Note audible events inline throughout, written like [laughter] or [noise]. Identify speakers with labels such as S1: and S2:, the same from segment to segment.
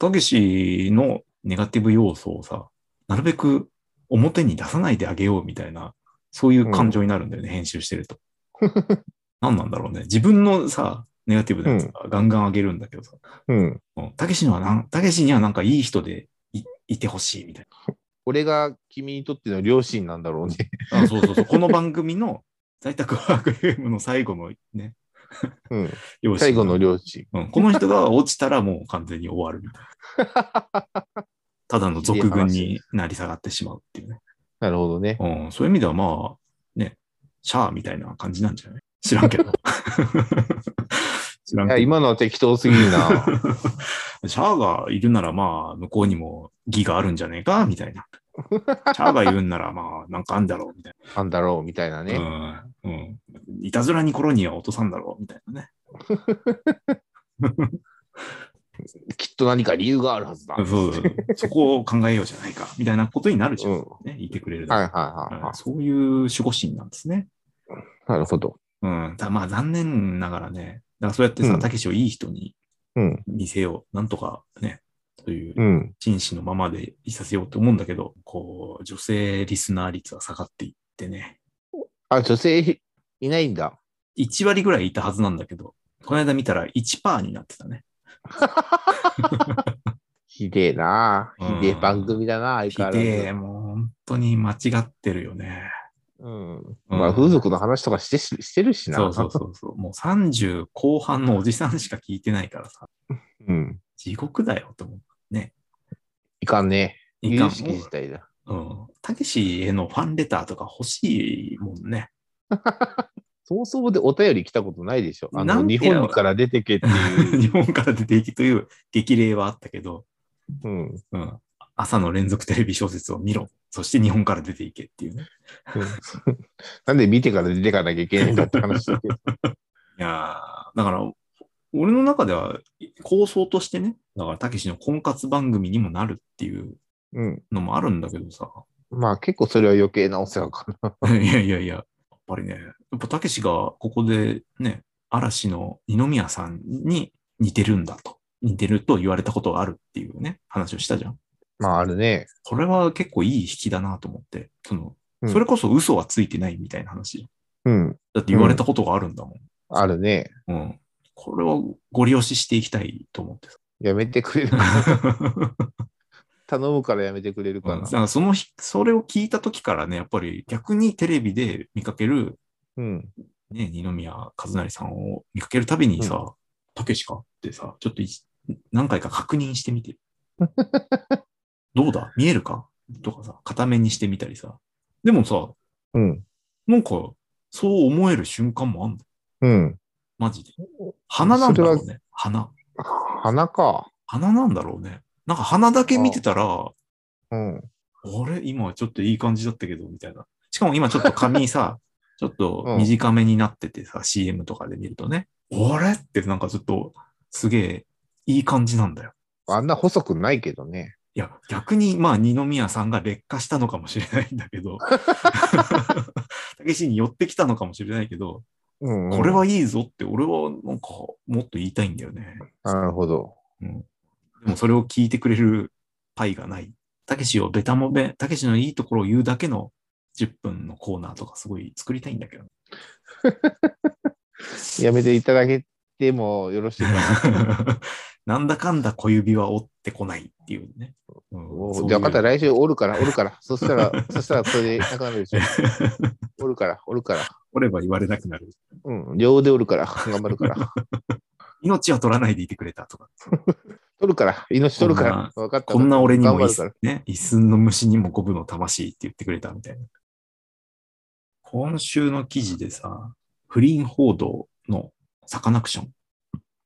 S1: たけしのネガティブ要素をさ、なるべく表に出さないであげようみたいな、そういう感情になるんだよね、編集してると。 [laughs] 何なんだろうね。自分のさ、ネガティブなやつがガンガン上げるんだけどさ、
S2: うん。
S1: うんたけしのはなん、たけしにはなんかいい人でいいてほしいみたい
S2: 俺が君にとっての両親なんだろうね。
S1: な。あそうそうそう。この番組の在宅ワークゲームの最後のね、
S2: うん。
S1: 要旨
S2: 最後の両親。
S1: うん、この人が落ちたらもう完全に終わるみたいな。 [laughs] ただの俗軍になり下がってしまうっていうね。
S2: なるほどね。
S1: うん、そういう意味ではまあ、ね、シャアみたいな感じなんじゃない知らんけど。 [laughs] 知らん
S2: いや、
S1: けど。
S2: 今のは適当すぎるな。
S1: [laughs] シャアがいるならまあ、向こうにも義があるんじゃねえかみたいな。シャアがいるんならまあ、なんかあんだろうみたい
S2: なんだろうみたいな
S1: な。
S2: ね。
S1: うん。うん。いたずらにコロニーは落とさんだろうみたいなね。
S2: きっと何か理由が [laughs] あるはずだ。
S1: そうそうそうそこを考えようじゃないかみたいなことになるじゃん。
S2: うん
S1: ね、いてくれるだけで
S2: はいはいはいは
S1: そういう守護神なんですね。
S2: い。なるほど。
S1: うん。たまあ残念ながらね、だからそうやって
S2: う
S1: さ、
S2: ん
S1: たけしをいい人に
S2: うん。
S1: 見せよう。なんとかね、そういう
S2: うん。
S1: 紳士のままでいさせようと思うんだけど、こう、女性リスナー率は下がっていってね、
S2: あ、女性いないんだ。
S1: 1割ぐらいいたはずなんだけど、この間見たら1%になってたね。
S2: ひでえな。
S1: う
S2: ひ
S1: ん
S2: でえ番組だな、相
S1: ひ
S2: 変わらず。
S1: でえ、もう本当に間違ってるよね。
S2: うん。
S1: うん
S2: まあ、風俗の話とかしてししてるしな。
S1: そうそうそうそう。もう30後半のおじさんしか聞いてないからさ、
S2: うん。
S1: 地獄だよと思う。
S2: いかんね。
S1: いかん
S2: 有識自体だ。
S1: うん。たけしへのファンレターとか欲しいもんね。
S2: そもそもでお便り来たことないでしょ。あ
S1: な
S2: の
S1: んて
S2: 日本から出てけっていう。
S1: [laughs] 日本から出ていきという激励はあったけど、
S2: うん。
S1: うん。朝の連続テレビ小説を見ろ。そして日本から出ていけっていうね。
S2: うん [laughs] なんで見てから出てかなきゃいけないんだって
S1: [laughs]
S2: 話だけど。
S1: いやーだから、俺の中では構想としてね、だからたけしの婚活番組にもなるっていう
S2: うん。
S1: のもあるんだけどさ。
S2: まあ結構それは余計なお世話かな。
S1: [laughs] いやいやいや、やっぱりね、やっぱたけしがここでね、嵐の二宮さんに似てるんだと、似てると言われたことがあるっていうね、話をしたじゃん。
S2: まああるね。
S1: これは結構いい引きだなと思って、その、
S2: うん
S1: それこそ嘘はついてないみたいな話。
S2: うん。
S1: だって言われたことがあるんだも
S2: あるね。
S1: ん。うん。これはご利用ししていきたいと思ってさ。
S2: やめてくれる [laughs] かな。頼むからやめてくれる
S1: [laughs]
S2: か
S1: うんだ
S2: な。
S1: からその日、それを聞いた時からね、やっぱり逆にテレビで見かける
S2: うん。
S1: ね、二宮和也さんを見かけるたびにさ、たけしかってさ、ちょっとい何回か確認してみて。どうだ見えるかとかさ、片面にしてみたりさ。でもさ、
S2: うん。
S1: なんか、そう思える瞬間もあんの。
S2: うん。
S1: マジで。鼻なんだろう
S2: そ
S1: ね。鼻。
S2: 鼻か。
S1: 鼻なんだろうね。なんか鼻だけ見てたら、あ
S2: うん。
S1: れ今ちょっといい感じだったけど、みたいな。しかも今ちょっと髪
S2: [laughs]
S1: さ、ちょっと短めになっててさ、CM とかで見るとね。あれってなんかちょっと、すげえ、いい感じなんだよ。
S2: あんな細くないけどね。
S1: いや、逆に、まあ、二宮さんが劣化したのかもしれないんだけ
S2: [laughs]
S1: ど、 [laughs] たけしに寄ってきたのかもしれないけど、
S2: うん、
S1: これ。はいいぞって、俺はなんか、もっと言いたいんだよね。
S2: なるほど。
S1: でもそれを聞いてくれるパイがない。たけしをベタもべ、たけしのいいところを言うだけの10分のコーナーとかすごい作りたいんだけど。 [laughs]
S2: やめていただけてもよろしいかな。
S1: なんだかんだ小指は折ってこないっていうね。うん [laughs]
S2: お
S1: そういう
S2: じゃあ、分かった、来週おるから、おるから。そしたら、そしたら、それでなくなる
S1: [laughs]
S2: でしょ。おるから、おるから。
S1: 折れば言われなくなる。
S2: うん、両腕おるから、頑張るから。
S1: 命は取らないでいてくれたとか。
S2: 取るから、命取るか
S1: こん
S2: ら
S1: な。
S2: 分かった。
S1: こんな俺にも
S2: 頑張
S1: 一
S2: るから。
S1: ね、一寸の虫にも五分の魂って言ってくれたみたいな。今週の記事でさ、不倫報道のサカナクション。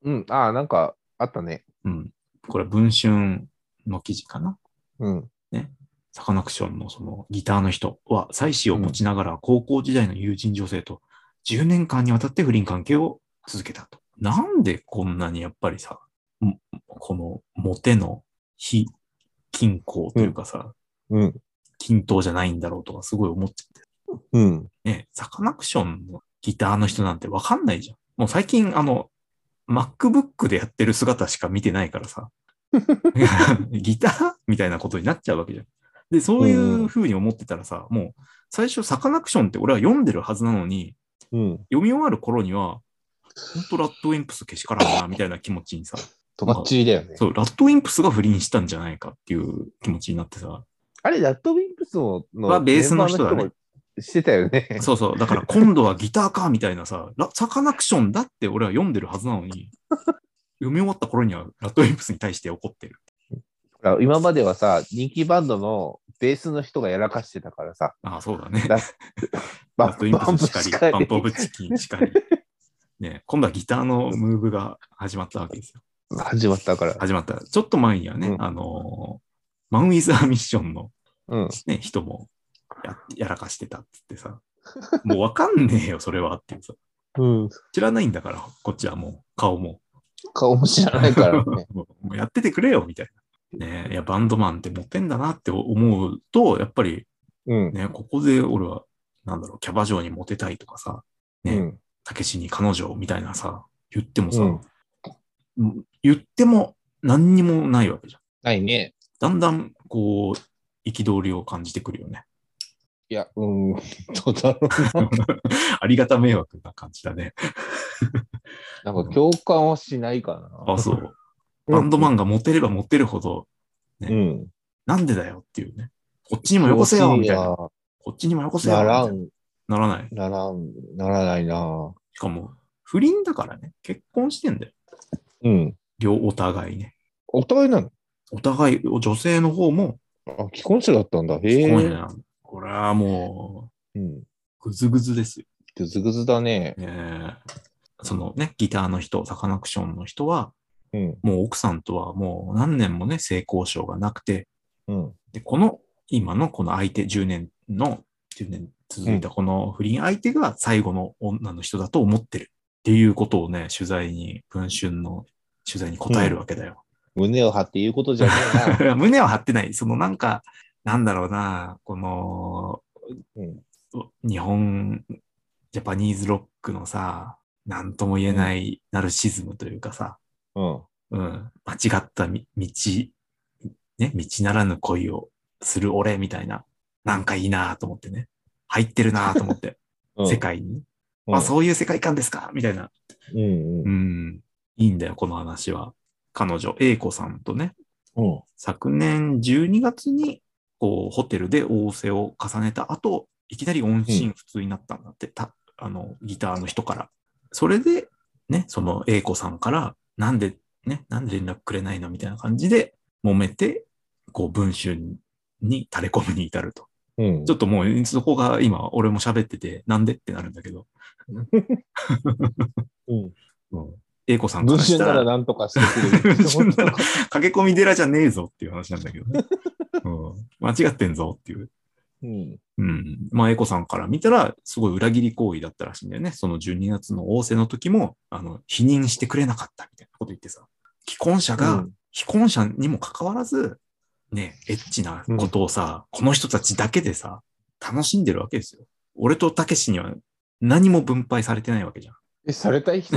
S2: うん、ああ、なんかあったね。
S1: うん。これ、文春の記事かな。
S2: うん。
S1: サカナクションのそのギターの人は、妻子を持ちながら高校時代の友人女性と10年間にわたって不倫関係を続けたと。なんでこんなにやっぱりさ、もこのモテの非均衡というかさ、
S2: うん。
S1: 均等じゃないんだろうとかすごい思っちゃって。
S2: うん。
S1: ね、サカナクションのギターの人なんてわかんないじゃん。もう最近あの、MacBook でやってる姿しか見てないからさ。 [laughs] ギターみたいなことになっちゃうわけじゃん。で、そういうふうに思ってたらさ、もう、最初、サカナクションって俺は読んでるはずなのに、
S2: うん。
S1: 読み終わる頃には、ほんとラッドウィンプスけしからんな、みたいな気持ちにさ、
S2: とばっちりだよね。
S1: そう、ラッドウィンプスが不倫したんじゃないかっていう気持ちになってさ、
S2: あれ、ラッドウィンプスのの
S1: はベースの人だね
S2: メンバーのもしてたよね。
S1: そうそう、だから今度はギターかみたいなさ、 [laughs] ラサカナクションだって俺は読んでるはずなの [laughs] に、読み終わった頃にはラッドウィンプスに対して怒ってる。
S2: ほら今まではさ、人気バンドのベースの人がやらかしてたからさ、
S1: ああ、そうだ [laughs] ね。
S2: ラバ
S1: ラッドウィン
S2: バン
S1: プ
S2: プ
S1: スし
S2: し
S1: か
S2: か
S1: り、バン
S2: り
S1: プオブチキンしかり。ね、今度はギターのムーブが始まったわけですよ。
S2: 始まったから。
S1: 始まった。ちょっと前にはね、
S2: うん
S1: あのーマン・ウィズ・ア・ミッションの、
S2: うん。
S1: ね、人もややらかしてたっつってさ、もうわかんねえよ、それはっていうさ。
S2: うん。
S1: 知らないんだから、こっちはもう、顔も。
S2: 顔も知らないから
S1: [laughs]
S2: ね。
S1: もうやっててくれよ、みたいな。ねえ、いや、バンドマンってモテんだなって思うと、やっぱり
S2: うん。
S1: ね、ここで俺は、なんだろう、キャバ嬢にモテたいとかさ、ね
S2: うん。
S1: たけしに彼女をみたいなさ、言ってもさ、
S2: うん
S1: 言っても何にもないわけじゃん。
S2: ないね。
S1: だんだん、こう、憤りを感じてくるよね。 [laughs]
S2: いや、うん。どうだろう
S1: ありがた迷惑な感じだね。
S2: な。なんか共感はしないかな。
S1: あ、そう。バンドマンがモテればモテるほど、
S2: うん。
S1: なんでだよっていうね。こっちにもよこせよみたいな。
S2: な。
S1: こっちにもよこせよ
S2: な
S1: みたい
S2: ら、
S1: なんならない。
S2: ならん、ならないな。
S1: しかも、不倫だからね、結婚してんだよ。
S2: うん。
S1: 両、お互いね。
S2: お互いなの
S1: お互い、女性の方も、
S2: あ、既婚者だったんだ。へ
S1: 今夜
S2: え。
S1: な、これはも
S2: うん。
S1: う、ぐずぐずですよ。
S2: ぐずぐずだね。
S1: ねえそのね、ギターの人、サカナクションの人は、
S2: うん。
S1: もう奥さんとはもう何年もね、性交渉がなくて、
S2: うん。
S1: で、この、今のこの相手、10年の、10年続いたこの不倫相手が最後の女の人だと思ってるっていうことをね、取材に、文春の取材に答えるわけだよ。
S2: 胸を張って言うことじゃねえ
S1: [laughs]
S2: な。
S1: 胸は張ってない。そのなんか、なんだろうな、この、
S2: うん
S1: 日本、ジャパニーズロックのさ、なんとも言えないナルシズムというかさ、
S2: うん。
S1: うん、間違ったみ道、ね、道ならぬ恋をする俺みたいな、なんかいいなと思ってね、入ってるなと思って、
S2: [laughs] うん
S1: 世。界に。
S2: うん
S1: あ、そういう世界観ですかみたいな。
S2: うんうん
S1: う。ん、いいんだよ、この話は。彼女、英子さんとね、
S2: うん。
S1: 昨年12月にこうホテルで仰せを重ねた後、いきなり音信不通になったんだって、たあのギターの人から。それで、ね、その A 子さんから、なんで、ね、なんで連絡くれないのみたいな感じで揉めて、こう文春に垂れ込むに至ると。
S2: うん
S1: ちょっともうそこが今俺も喋ってて、なんでってなるんだけど。
S2: うん。
S1: うん、A 子さんか
S2: 文
S1: らし
S2: 春
S1: た
S2: なら
S1: ら、
S2: なんとかしてくれる。
S1: 文春な [laughs] ら駆け込み寺じゃねえぞっていう話なんだけどね。うん、間違ってんぞっていう。
S2: うん。
S1: うん。まあ、エコさんから見たら、すごい裏切り行為だったらしいんだよね。その12月の仰せの時も、あの、否認してくれなかったみたいなこと言ってさ。既婚者が、
S2: うん
S1: 既婚者にもかかわらず、ね、エッチなことをさ、この人たちだけでさ、楽しんでるわけですよ。俺とたけしには何も分配されてないわけじゃん。 [laughs]
S2: え、されたい人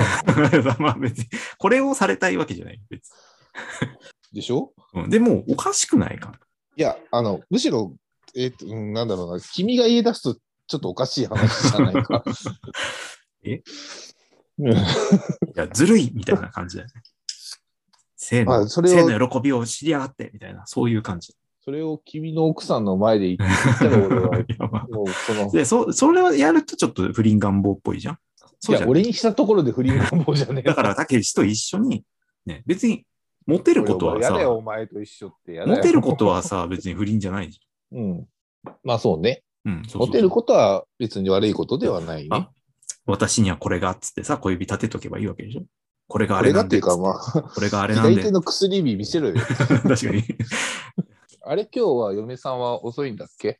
S1: まあ別に、これをされたいわけじゃない。別に
S2: でしょ
S1: うん、でも、おかしくないか
S2: いや、あの、むしろ、えっと、うんなんだろうな、君が言い出すと、ちょっとおかしい話じゃないか。
S1: [laughs] え
S2: うん
S1: いや、ずるいみたいな感じだよね。性の、
S2: あそれは
S1: 性の喜びを知りやがってみたいな、そういう感じ。、
S2: それを君の奥さんの前で言ったら俺は
S1: いやまあ
S2: もうそ
S1: [laughs]
S2: の、
S1: で、そ、それをやるとちょっと不倫願望っぽいじゃん。
S2: い
S1: そうじ
S2: や
S1: ゃ、ん。
S2: 俺にしたところで不倫願望じゃねえ
S1: だから、たけしと一緒に、ね、別に、モテることは
S2: や
S1: さ、
S2: だよ、お前と一緒って。やだよ
S1: モテることはさ、別に不倫じゃないじ
S2: うん。まあそうね。
S1: ゃん。うん、そうそうそう
S2: モテることは別に悪いことではないね
S1: あ。私にはこれがっつってさ、小指立てとけばいいわけでしょ。これがあ
S2: こ
S1: れ
S2: れが
S1: な
S2: っ
S1: ん
S2: てい
S1: で
S2: うか、まあ、
S1: これがあれなん
S2: 左手
S1: で。
S2: の薬指見せろよ。
S1: [laughs] 確かに。
S2: あれ、今日は嫁さんは遅いんだっけ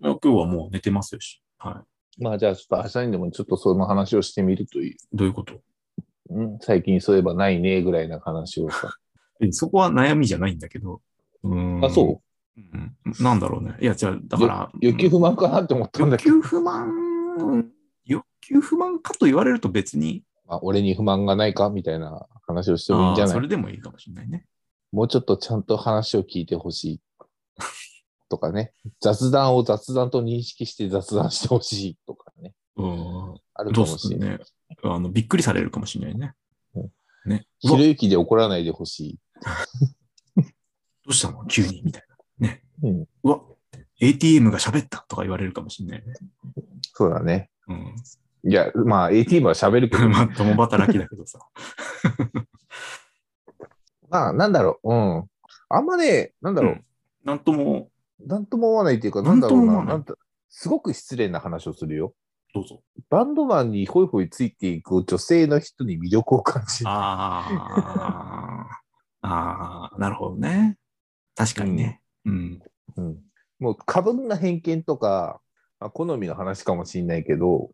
S1: 今日はもう寝てますよし。は
S2: まあじゃあちょっと明日にでもちょっとその話をしてみるとい
S1: い。どういうこと
S2: う。うん、最近そういえばないね、ぐらいな話をさ。
S1: えそこは悩みじゃないんだけど。うーん
S2: あ、そう
S1: うん、なんだろうね。いや、じゃあ、だから、
S2: 欲求不満かなって思ったんだ
S1: 欲
S2: けど。
S1: 求不満、欲求不満かと言われると別に、
S2: まあ、俺に不満がないかみたいな話をしてもいいんじ
S1: あ
S2: ゃ
S1: あ
S2: な
S1: そ
S2: い
S1: れでもいいかもしれないね。
S2: もうちょっとちゃんと話を聞いてほしい。とかね。雑談を雑談と認識して雑談してほしいとかね。
S1: うん。
S2: あるか
S1: ど
S2: も
S1: うす
S2: しれ
S1: る
S2: ない。
S1: ね。あの、びっくりされるかもしれないね。
S2: うん
S1: ね。う
S2: ひ
S1: わ
S2: ろ
S1: ど
S2: ゆきで怒らないでほし
S1: うしたの急に、みたい
S2: い。うん。
S1: な。うわ、ATM が喋ったとか言われるかもしれないね。
S2: そうだね。
S1: うん。 [laughs]
S2: いや、まあ、ATM は喋るけど、
S1: まあ、共働きだけどさ。
S2: まあ、なんだろう。うん。あんまね、なんだろう。
S1: うんなんとも、
S2: なんとも思わないっていうか、
S1: な
S2: なんん
S1: と
S2: だろ
S1: も
S2: う
S1: 思わ
S2: な。
S1: ない
S2: なんとすごく失礼な話をするよ。
S1: どうぞ。
S2: バンドマンにホイホイついていく女性の人に魅力を感じる。
S1: ああ、ああ、なるほどね。確かにね。うん。
S2: うん、もう過分な偏見とか、まあ、好みの話かもしれないけど、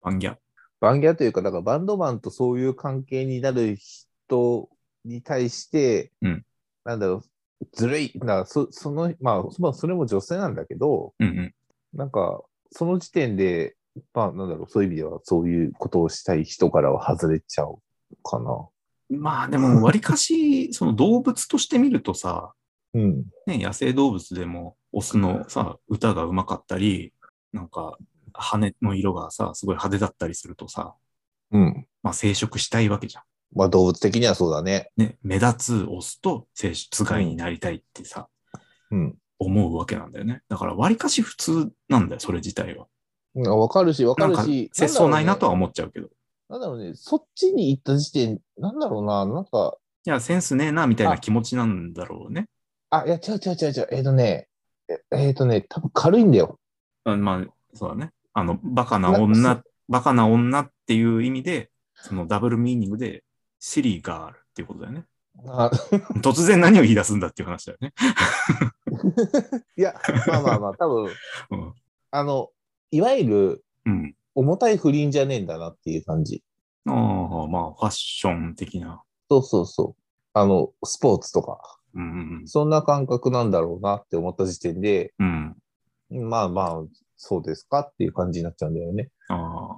S1: バンギャ。
S2: バンギャというか、だからバンドマンとそういう関係になる人に対して、
S1: うん
S2: なんだろう、ずるい。だからそその、まあ、まあ、それも女性なんだけど、
S1: うんうん。
S2: なんか、その時点で、まあ、なんだろう、そういう意味では、そういうことをしたい人からは外れちゃうかな。
S1: まあでも、わりかし、 [laughs] その動物として見るとさ、
S2: うん。
S1: ね、野生動物でも、オスのさ、歌がうまかったり、なんか、羽の色がさ、すごい派手だったりするとさ、
S2: うん。
S1: まあ生殖したいわけじゃん。
S2: まあ、動物的にはそうだね。
S1: ね、目立つオスと生殖、つがいになりたいってさ、
S2: うん。
S1: 思うわけなんだよね。だから、わりかし普通なんだよ、それ自体は。
S2: うんわかるし、わか
S1: なん
S2: る
S1: か、
S2: し。
S1: 節操ないなとは
S2: 思う
S1: 思っちゃうけど。
S2: なんだろうね、そっちに行った時点、なんだろうな、なんか、
S1: いや、センスねえな、みたいな気持ちなんだろうね。
S2: あ、いや、違う違う違う違う、えっ、とね、えっ、えーとね、多分軽いんだよ。
S1: あまあ、そうだね。あの、バカな
S2: な
S1: 女
S2: そ、
S1: バカな女っていう意味で、そのダブルミーニングで、シリーガールっていうことだよね。
S2: あ [laughs]
S1: 突然何を言い出すんだっていう話だよね。
S2: いや、まあまあまあ、多分
S1: うん。
S2: あの、いわゆる
S1: うん。
S2: 重たい不倫じゃねえんだなっていう感じ。
S1: ああ、まあ、ファッション的な。
S2: そうそうそう。あの、スポーツとか、
S1: うん。
S2: そんな感覚なんだろうなって思った時点で、
S1: うん。
S2: まあまあ、そうですかっていう感じになっちゃうんだよね。
S1: あ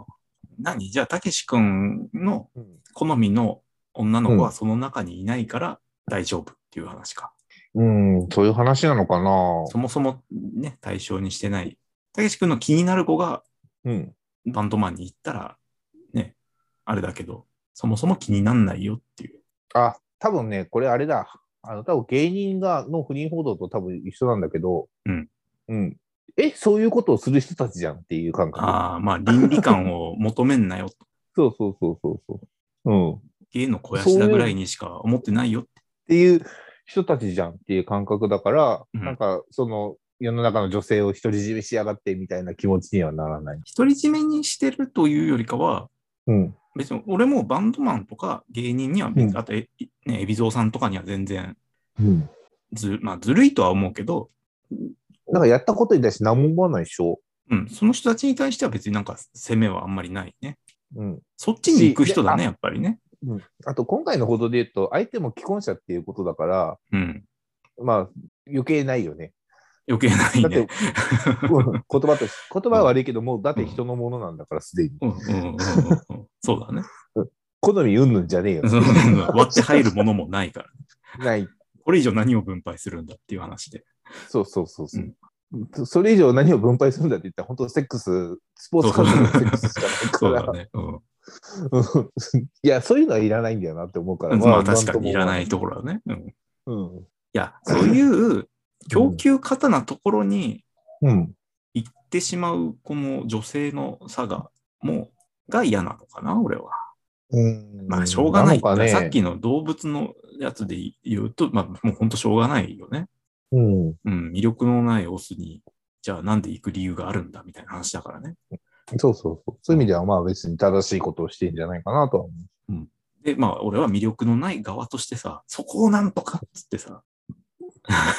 S1: あ。何じゃあ、たけし君の
S2: うん、
S1: 好みの女の子
S2: う
S1: は
S2: ん
S1: その中にいないから大丈夫っていう話か。
S2: うん、そういう話なのかな
S1: そもそもね、対象にしてない。たけし君の気になる子が
S2: うん。
S1: バンドマンに行ったら、ね、あれだけど、そもそも気になんないよっていう。
S2: あ、多分ね、これあれだ。あの、多分芸人が、の不倫報道と多分一緒なんだけど、
S1: うん。
S2: うん。え、そういうことをする人たちじゃんっていう感覚。
S1: ああ、まあ倫理観を求めんなよと。
S2: そうそうそうそうそう。うん。っ
S1: 芸の肥やしだぐらいにしか思ってないよって。
S2: ていう人たちじゃんっていう感覚だから、
S1: うん
S2: なんか、その、世の中の女性を独り占めしやがってみたいな気持ちにはならない。
S1: 独り占めにしてるというよりかは、
S2: うん。
S1: 別に俺もバンドマンとか芸人には別に、
S2: うん
S1: あとえ、ね、海老蔵さんとかには全然
S2: うん。
S1: ず、まあずるいとは思うけど、
S2: なんかやったことに対して何も思わないでしょ
S1: うん、その人たちに対しては別になんか責めはあんまりないね。
S2: うん。
S1: そっちに行く人だね、
S2: し
S1: やっぱりね。
S2: あと、今回の報道で言うと、相手も既婚者っていうことだから、
S1: うん。
S2: まあ、余計ないよね。
S1: 余計ない
S2: だって
S1: ね。
S2: うん [laughs] 言葉とし言葉は悪いけど、もうだって人のものなんだから、すで
S1: [laughs]
S2: に。
S1: うんうんうんうんうんそうだね。
S2: 好みうんぬんじゃねえよ。
S1: そう割って入るものもないから。
S2: ない。
S1: これ以上何を分配するんだっていう話で。
S2: そうそうそうそう。それ以上何を分配するんだって言ったら、本当セックス、スポーツカーのセックスしか
S1: そう
S2: ない
S1: だ
S2: か
S1: ね。うん
S2: ら。うんいや、そういうのはいらないんだよなって思うから。。
S1: まあ確かにいらないいところはね。うんい
S2: うん。
S1: や、そういう供給過多なところに
S2: うん。
S1: 行ってしまうこの女性の差が、もう、が嫌なのかな、俺は。
S2: うん
S1: まあしょうがない。
S2: のかね。
S1: さっきの動物のやつで言うと、まあもう本当しょうがないよね。
S2: うん。
S1: うん、魅力のないオスに、じゃあなんで行く理由があるんだみたいな話だからね。
S2: そうそうそう。そういう意味では、まあ別に正しいことをしてんじゃないかなとは思う。
S1: で、まあ、俺は魅力のない側としてさ、そこをなんとかっつってさ、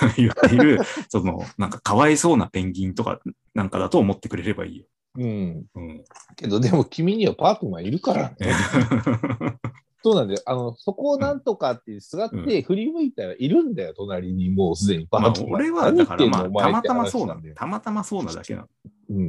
S1: [laughs] 言っている、その、なんかかわいそうなペンギンとかなんかだと思ってくれればいいよ。
S2: うん。
S1: [laughs] うん。
S2: けど、でも君にはパートナーいるからね。そうなんだよ。あの、そこをなんとかってすがって振り向いたらいるんだよ、隣にもうすでにバ
S1: ま
S2: ー
S1: あ
S2: ッ、と。
S1: 俺は、だからまあ、
S2: 何
S1: た
S2: 言
S1: ま
S2: って
S1: た
S2: んのお
S1: ま
S2: 前
S1: そうな
S2: っ
S1: ん
S2: て話
S1: だよ。たまたまそうなだけなの。
S2: う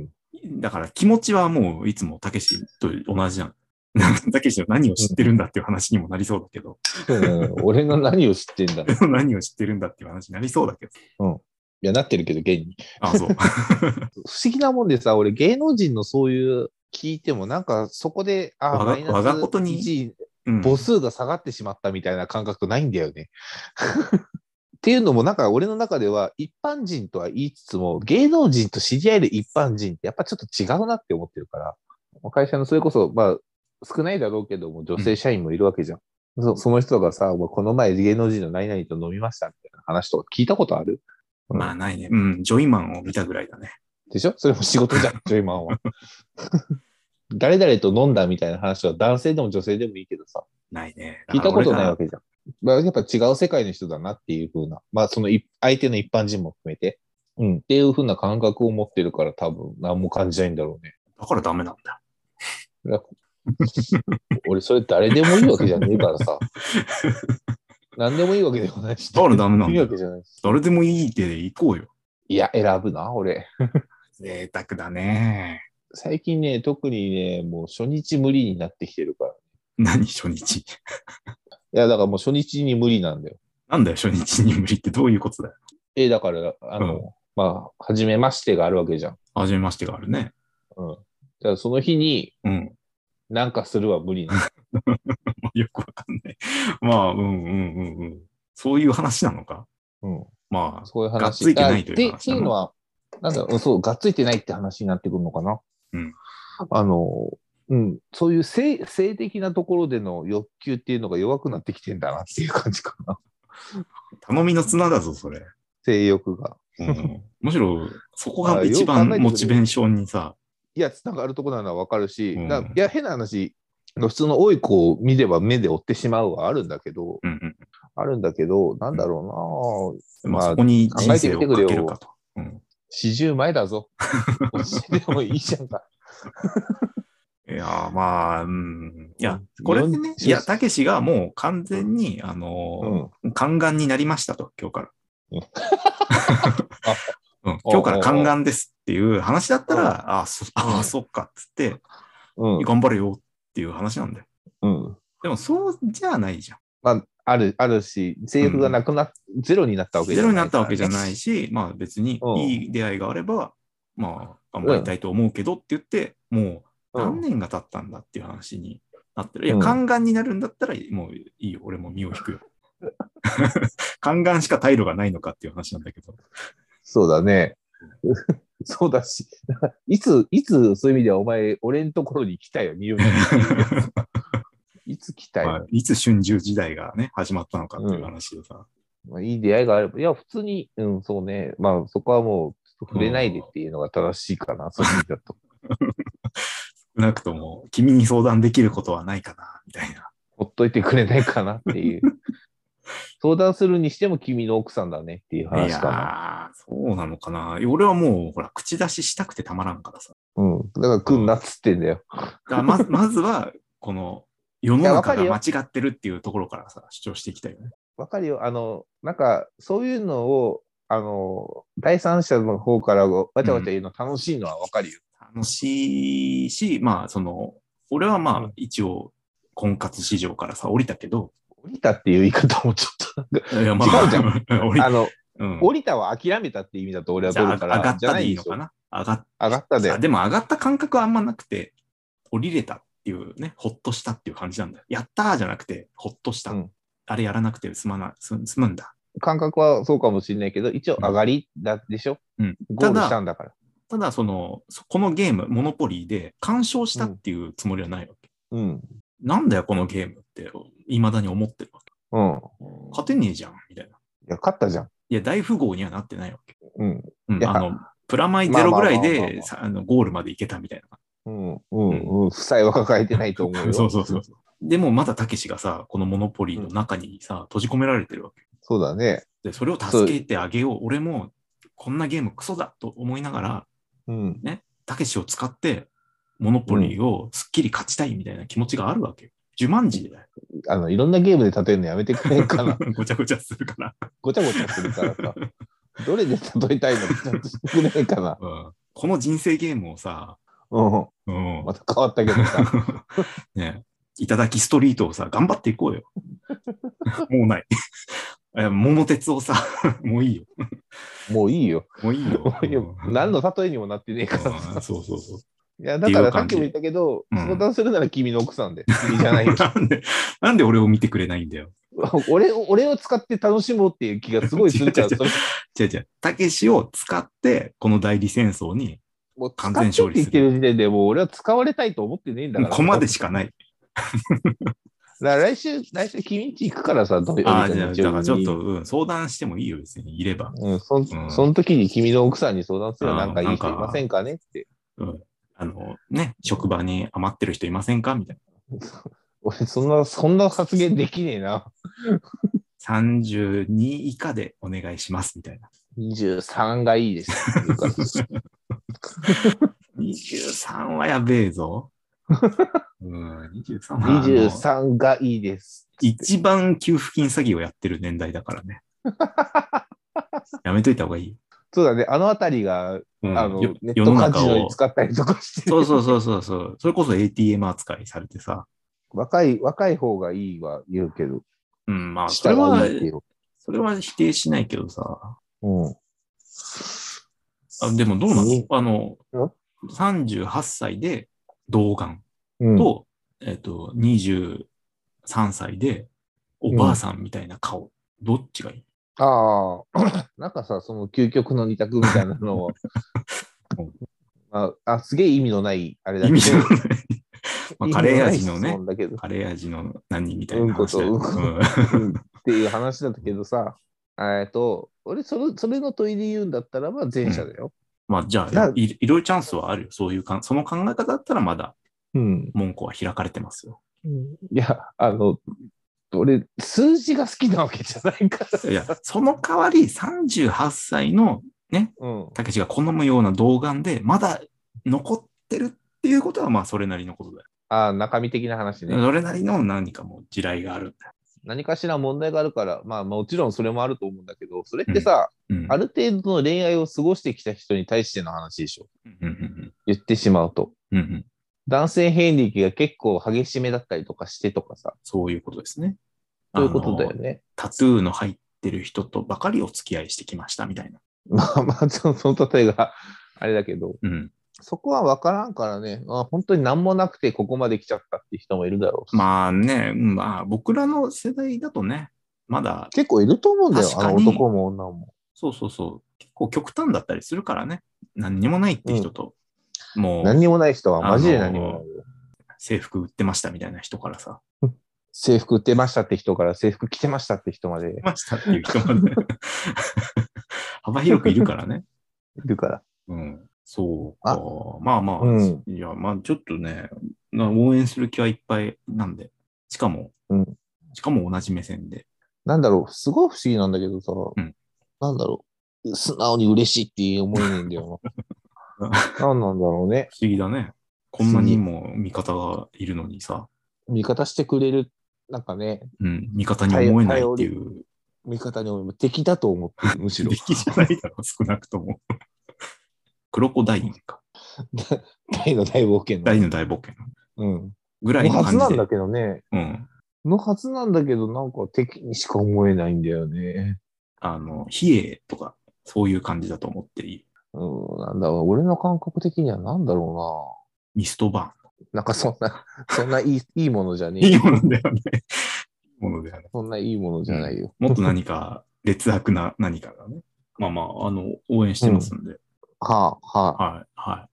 S1: [laughs]
S2: ん。
S1: だから気持ちはもういつもたけしと同じなの。長田武史の何を知ってるんだっていう話にもなりそうだけど、 [laughs]
S2: うん俺の何を知ってんだ。い
S1: 何を知ってるんだっていう話になりそうだけど。
S2: や、なってるけど、現に。
S1: あ、そう。
S2: 不思議なもんでさ、俺芸能人のそういう聞いても、なんかそこで、あ
S1: 我が
S2: マイナス
S1: 我がことに
S2: 1
S1: うん、
S2: 母数が下がってしまったみたいな感覚ないんだよね。 [laughs] っていうのも、なんか俺の中では、一般人とは言いつつも、芸能人と知り合える一般人ってやっぱちょっと違うなって思ってるから、会社のそれこそ、まあ、少ないだろうけども、女性社員もいるわけじゃん。そその人がさ、お前この前芸能人の何々と飲みましたみたいな話とか聞いたことある
S1: まあないね。うん、ジョイマンを見たぐらいだね。
S2: でしょそれも仕事じゃん、ジョイマンは。 [laughs] 誰々と飲んだみたいな話は男性でも女性でもいいけどさ、
S1: ないね。
S2: 聞いたことないわ
S1: け。
S2: けじゃん。まあ、やっぱ違う世界の人だなっていう風な、まあそのい相手の一般人も含めて、うん、っていう風な感覚を持ってるから多分何も感じないんだろうね。
S1: だからダメなんだ。
S2: 俺それ誰でもいいわけじゃねえからさ。 [laughs] 何でもいいわけでもないし。
S1: だからダメなん
S2: いい
S1: だ
S2: わ
S1: よ
S2: け。じゃないし。
S1: 誰でもいいって行こうよ。
S2: いや、選ぶな、俺。
S1: 贅沢だね。
S2: 最近ね、特にね、もう初日無理になってきてるから。い
S1: 何、初日。
S2: や、だからもう初日に無理なんだよ。
S1: なんだよ、初日に無理ってどういうことだよ。
S2: え、だから、あの、
S1: うん
S2: まあ、初めましてがあるわけじゃん。
S1: 初めましてがあるね。
S2: うん。じゃあその日に
S1: うん。
S2: なんかするは無理な [laughs] の。
S1: まあよくわかんない。まあ、うんうんうんうん。そういう話なのか。
S2: うん。
S1: まあ、
S2: そういう話。
S1: がっついてないという話
S2: あでっていうのは、なんだろう、そう、がっついてないって話になってくるのかな。
S1: うん。
S2: あの、うん、そういう性性的なところでの欲求っていうのが弱くなってきてんだなっていう感じかな。
S1: 頼みの綱だぞ、それ。
S2: 性欲が。
S1: うん、むしろ、そこ
S2: あ
S1: が
S2: ー
S1: 一
S2: よ
S1: 番
S2: く考えてくれ
S1: モチベーションにさ、
S2: いや、つながるところなのはわかるし、
S1: うん
S2: だいや、変な話、普通の多い子を見れば目で追ってしまうはあるんだけど、
S1: うん
S2: あるんだけど、なんだろ
S1: う
S2: うんな、
S1: まあ、
S2: まあ
S1: そこ、に人生をかけるかと。うん
S2: 四十前
S1: [laughs]
S2: だぞ。 [laughs] 教えてもいいじゃんか。
S1: いやー、まあ、うん。いや、
S2: うん
S1: これでね、
S2: 40
S1: いや、たけしがもう完全に、あの
S2: ん。
S1: ー、宦官になりましたと、今日から。 [laughs] うん、
S2: お
S1: 今日から宦官ですっていう話だったら、あーそあ
S2: う
S1: ー、
S2: ん
S1: そっかっつって、
S2: うん。
S1: 頑張れよっていう話なんだよ。
S2: うん。
S1: でも、そうじゃないじゃん。
S2: まあ、ある、あるし、制服がなくなっ、ゼロになったわけ
S1: ゼロになったわけじゃ
S2: い
S1: ないし、まあ別に
S2: うん
S1: いい出会いがあれば、まあ頑張りたいと思うけどって言って、もう
S2: からね。
S1: 何年が経ったんだっていう話になってる。いや、
S2: うん
S1: 宦官になるんだったら、もういいよ、俺も身を引くよ。 [laughs] 宦官しか退路がないのかっていう話なんだけど。
S2: そうだね。 [laughs] そうだし、いつ、いつ、そういう意味ではお前、俺のところに来たよ、匂い。
S1: [laughs]
S2: いつ来たよ。
S1: まあいつ春秋時代がね、始まったのかっていう話でさ。
S2: まあ、いい出会いがあれば、いや、普通に、うん、そうね。まあ、そこはもう、触れないでっていうのが正しいかな、そういう意味だと。
S1: 少なくとも、君に相談できることはないかな、みたいな。
S2: ほっといてくれないかなって
S1: [laughs]
S2: いう。相談するにしても君の奥さんだねっていう
S1: い
S2: 話かな。
S1: やー、そうなのかな。いや俺はもう、ほら、口出ししたくてたまらんからさ。
S2: うん。だから来んなっつってんだよ。
S1: だからま
S2: [laughs]
S1: ずまずは、この世の
S2: いやわ
S1: 中
S2: か
S1: が
S2: るよ
S1: 間違ってるっていうところからさ、主張していきたいよね。
S2: わかるよ。あの、なんか、そういうのを、あの、第三者の方からわちゃわちゃ言うの楽しいのはわかるよ。
S1: 楽しいし、まあ、その、俺はま
S2: う
S1: あ
S2: ん、
S1: 一応、婚活市場からさ、降りたけど、
S2: 降りたっていう言い方もちょっと、
S1: いや、ま
S2: 違うじゃ
S1: あ、 [laughs] 降り
S2: あの、
S1: うん
S2: 降りたは諦めたっていう意味だと俺は
S1: じゃ
S2: 取
S1: あ
S2: る
S1: 上
S2: から。
S1: がっ
S2: じゃ
S1: たでいいのか
S2: な
S1: な上がっ
S2: いでしょ上がったで
S1: た。。でも上がった感覚はあんまなくて、降りれたっていうね、ほっとしたっていう感じなんだよ。やったーじゃなくて、ほっとした。
S2: うん
S1: あれやらなくて済まな、済済むんだ。
S2: 感覚はそうかもしれないけど、一応上がりだでしょ、
S1: うん
S2: ゴールしたんだから。
S1: ただ、その、そこのゲーム、モノポリーで、干渉したっていうつもりはないわけ。
S2: うん。
S1: なんだよ、このゲームって、いまだに思ってるわけ。
S2: うん。
S1: 勝てねえじゃん、みたいな。
S2: いや、勝ったじゃん。
S1: いや、大富豪にはなってないわけ。
S2: うん。
S1: うん、
S2: いや
S1: あの、プラマイゼロぐらい
S2: まあまあまあま
S1: で、
S2: あ
S1: さあのゴールまで行けたみたい
S2: うん。うん。うん。負債は抱えてないと思う
S1: な。[laughs]
S2: よ。
S1: そうそうそう。。でも、まだたけしがさ、このモノポリーの中にさ、閉じ込められてるわけ。
S2: そうだね。
S1: で、それを助けてあげよう。俺も、こんなゲームクソだと思いながら、
S2: うん。
S1: たけしを使って、モノポリーをすっきり勝ちたいみたいな気持ちがあるわけよ。呪文字だよ。
S2: あの、いろんなゲームで例えるのやめてくれんかな。
S1: ごちゃごちゃするから。
S2: ごちゃごちゃするからさ。どれで例えたいのちゃんとしてくれないかな。
S1: うん、この人生ゲームをさ、
S2: うん。
S1: うん、
S2: また変わったけどさ。
S1: ねいただきストリートをさ、頑張っていこうよ。もうない。いや桃鉄をさ、もういいよ。
S2: もういいよ。
S1: もういいよ。
S2: いや何の例えにもなってねえから。い
S1: うんそうそうそう。
S2: や、だからさっ
S1: っていう感じ
S2: きも言ったけど、
S1: うん
S2: 相談するなら君の奥さんで。君じゃないよ。
S1: なんで、なんで俺を見てくれないんだよ。
S2: 俺を、俺を使って楽しもうっていう気がすごいするか
S1: [laughs]
S2: ら、
S1: 違う違う
S2: それ
S1: 違う違う。たけしを使って、この代理戦争に、
S2: もう
S1: 完
S2: 使っ
S1: 全
S2: て
S1: 勝
S2: って
S1: 利
S2: 言
S1: する
S2: ってる時点でもう俺は使われたいと思ってねえんだから。
S1: ここまでしかない。
S2: だから来週、来週君んち行くからさ、どう
S1: ああ、じゃあ、だからちょっと、。うん、相談してもいいよ、別に、いれば。
S2: うん、そ
S1: うん
S2: んその時に君の奥さんに相談するよ、
S1: あー
S2: なんかいい人
S1: ないんか
S2: ませんかねって。
S1: あの、ね、職場に余ってる人いませんかみたいな。
S2: [laughs] 俺、そんな、そんな発言できねえな。
S1: 32以下でお願いします、みたいな。
S2: 23がいいです。
S1: 23はやべえ
S2: [laughs]
S1: ぞ。うん、23はあの。
S2: 23がいいです。
S1: 一番給付金詐欺をやってる年代だから
S2: [laughs]
S1: ね。やめといた方がいいよ。
S2: そうだね、あのあたりが、
S1: うん、
S2: あの
S1: よ、
S2: ネッ
S1: 世
S2: ト
S1: の
S2: カジ
S1: 中
S2: ノに
S1: を。
S2: 使ったりとかして、
S1: そうそうそうそうそう。それこそ ATM 扱いされてさ。
S2: 若い、若い方がいいは言うけど、
S1: うん、まあ、そ
S2: 下
S1: れ
S2: が
S1: はい
S2: いっ、てよ。
S1: それは否定しないけどさ。
S2: うん。
S1: あでもどうなの
S2: え
S1: あの
S2: ん、
S1: 38歳で童顔
S2: うん、
S1: と、えっと、23歳でおばあさんみたいな顔。どっちがいい
S2: ああ、 [coughs] なんかさ、その究極の二択みたいなのを
S1: [laughs] うん
S2: ああ、すげえ意味のない、あれだ
S1: 意
S2: けど
S1: 味じゃない。 [laughs] まあ、カレー味
S2: 意
S1: の
S2: 味ない
S1: ね
S2: 質問、だけど、
S1: カレー味の何みたいな
S2: うんこ
S1: 話
S2: と
S1: だよ。
S2: うんこと
S1: うん
S2: うんっていう話だったけどさ、えっと、俺それ、それの問いで言うんだったらば前者だよ。
S1: まあ、じゃあ
S2: だ
S1: い、いろいろチャンスはあるよ。そういうかん、その考え方だったらまだ
S2: うん。
S1: 門戸は開かれてますよ。
S2: いや、あの、俺、数字が好きなわけじゃないから。
S1: いや、その代わり38歳の
S2: うん。
S1: たけしが好むような童顔で、まだ残ってるっていうことは、まあ、それなりのことだよ。
S2: ああ、中身的な話ね。
S1: それなりの何かもう地雷があるんだよ。
S2: 何かしら問題があるから、まあもちろんそれもあると思うんだけど、それってさ、
S1: うん
S2: ある程度の恋愛を過ごしてきた人に対しての話でしょ。
S1: うんうん
S2: 言ってしまうと。
S1: うんうんうん
S2: 男性遍歴が結構激しめだったりとかしてとかさ、
S1: そういうことですね。
S2: そういうことだよ
S1: あの
S2: ね。
S1: タトゥーの入ってる人とばかりお付き合いしてきましたみたいな。
S2: まあまあ、ちょっとその例えがあれだけど、
S1: うん。
S2: そこは分からんからね、あ本当に何もなくてここまで来ちゃったって人もいるだろうし、
S1: まあね、まあ、僕らの世代だとね、まだ
S2: 結構いると思うんだよ、
S1: 確
S2: あ
S1: か
S2: の
S1: に
S2: 男も女も。
S1: そうそうそう。結構極端だったりするからね。何にもないって人と、もう
S2: 何にもない人はマジで何もないよ。
S1: 制服売ってましたみたいな人からさ、
S2: 制服売ってましたって人から制服着てましたって人まで
S1: 売ってましたっていう人ま
S2: [laughs]
S1: で幅広くいるからね。
S2: いるから。
S1: うん。そうか。まあまあ、
S2: うん
S1: いや、まあちょっとね、な応援する気はいっぱいなんで。しかも、
S2: うん
S1: しかも同じ目線で。
S2: なんだろう、すごい不思議なんだけどさ、
S1: うん
S2: なんだろう、素直に嬉しいっていう思えねえんだよ
S1: [laughs]
S2: な。なんなんだろうね。
S1: 不思議だね。こんなにも味方がいるのにさ、
S2: 味方してくれる、なんかね、
S1: うん、味方に思えないっていう。
S2: 味方にも敵だと思ってる、むしろ。
S1: [laughs] 敵じゃないだろ、少なくとも。 [laughs] クロコダインか。
S2: [laughs] 大の大冒険の。
S1: 大の大冒険
S2: うん。
S1: ぐらい
S2: の
S1: の
S2: は
S1: 感
S2: ずな
S1: じ
S2: ん
S1: で
S2: だ。けどね。
S1: うん。
S2: のはずなんだけど、なんか敵にしか思えないんだよね。
S1: あの、比叡とか、そういう感じだと思っていい。
S2: うん、なんだろう、俺の感覚的にはなんだろ
S1: ミストバ
S2: うな。なんかそんな、そんないい、いいものじゃね
S1: ーン。
S2: え
S1: いい
S2: よ。
S1: ものだよね。いいものだよね。
S2: そんないいものじゃないよ。
S1: もっと何か、劣悪な何かがね。まあまあ、あの、応援してますんで。
S2: [laughs] はあ、はあ。
S1: はい、は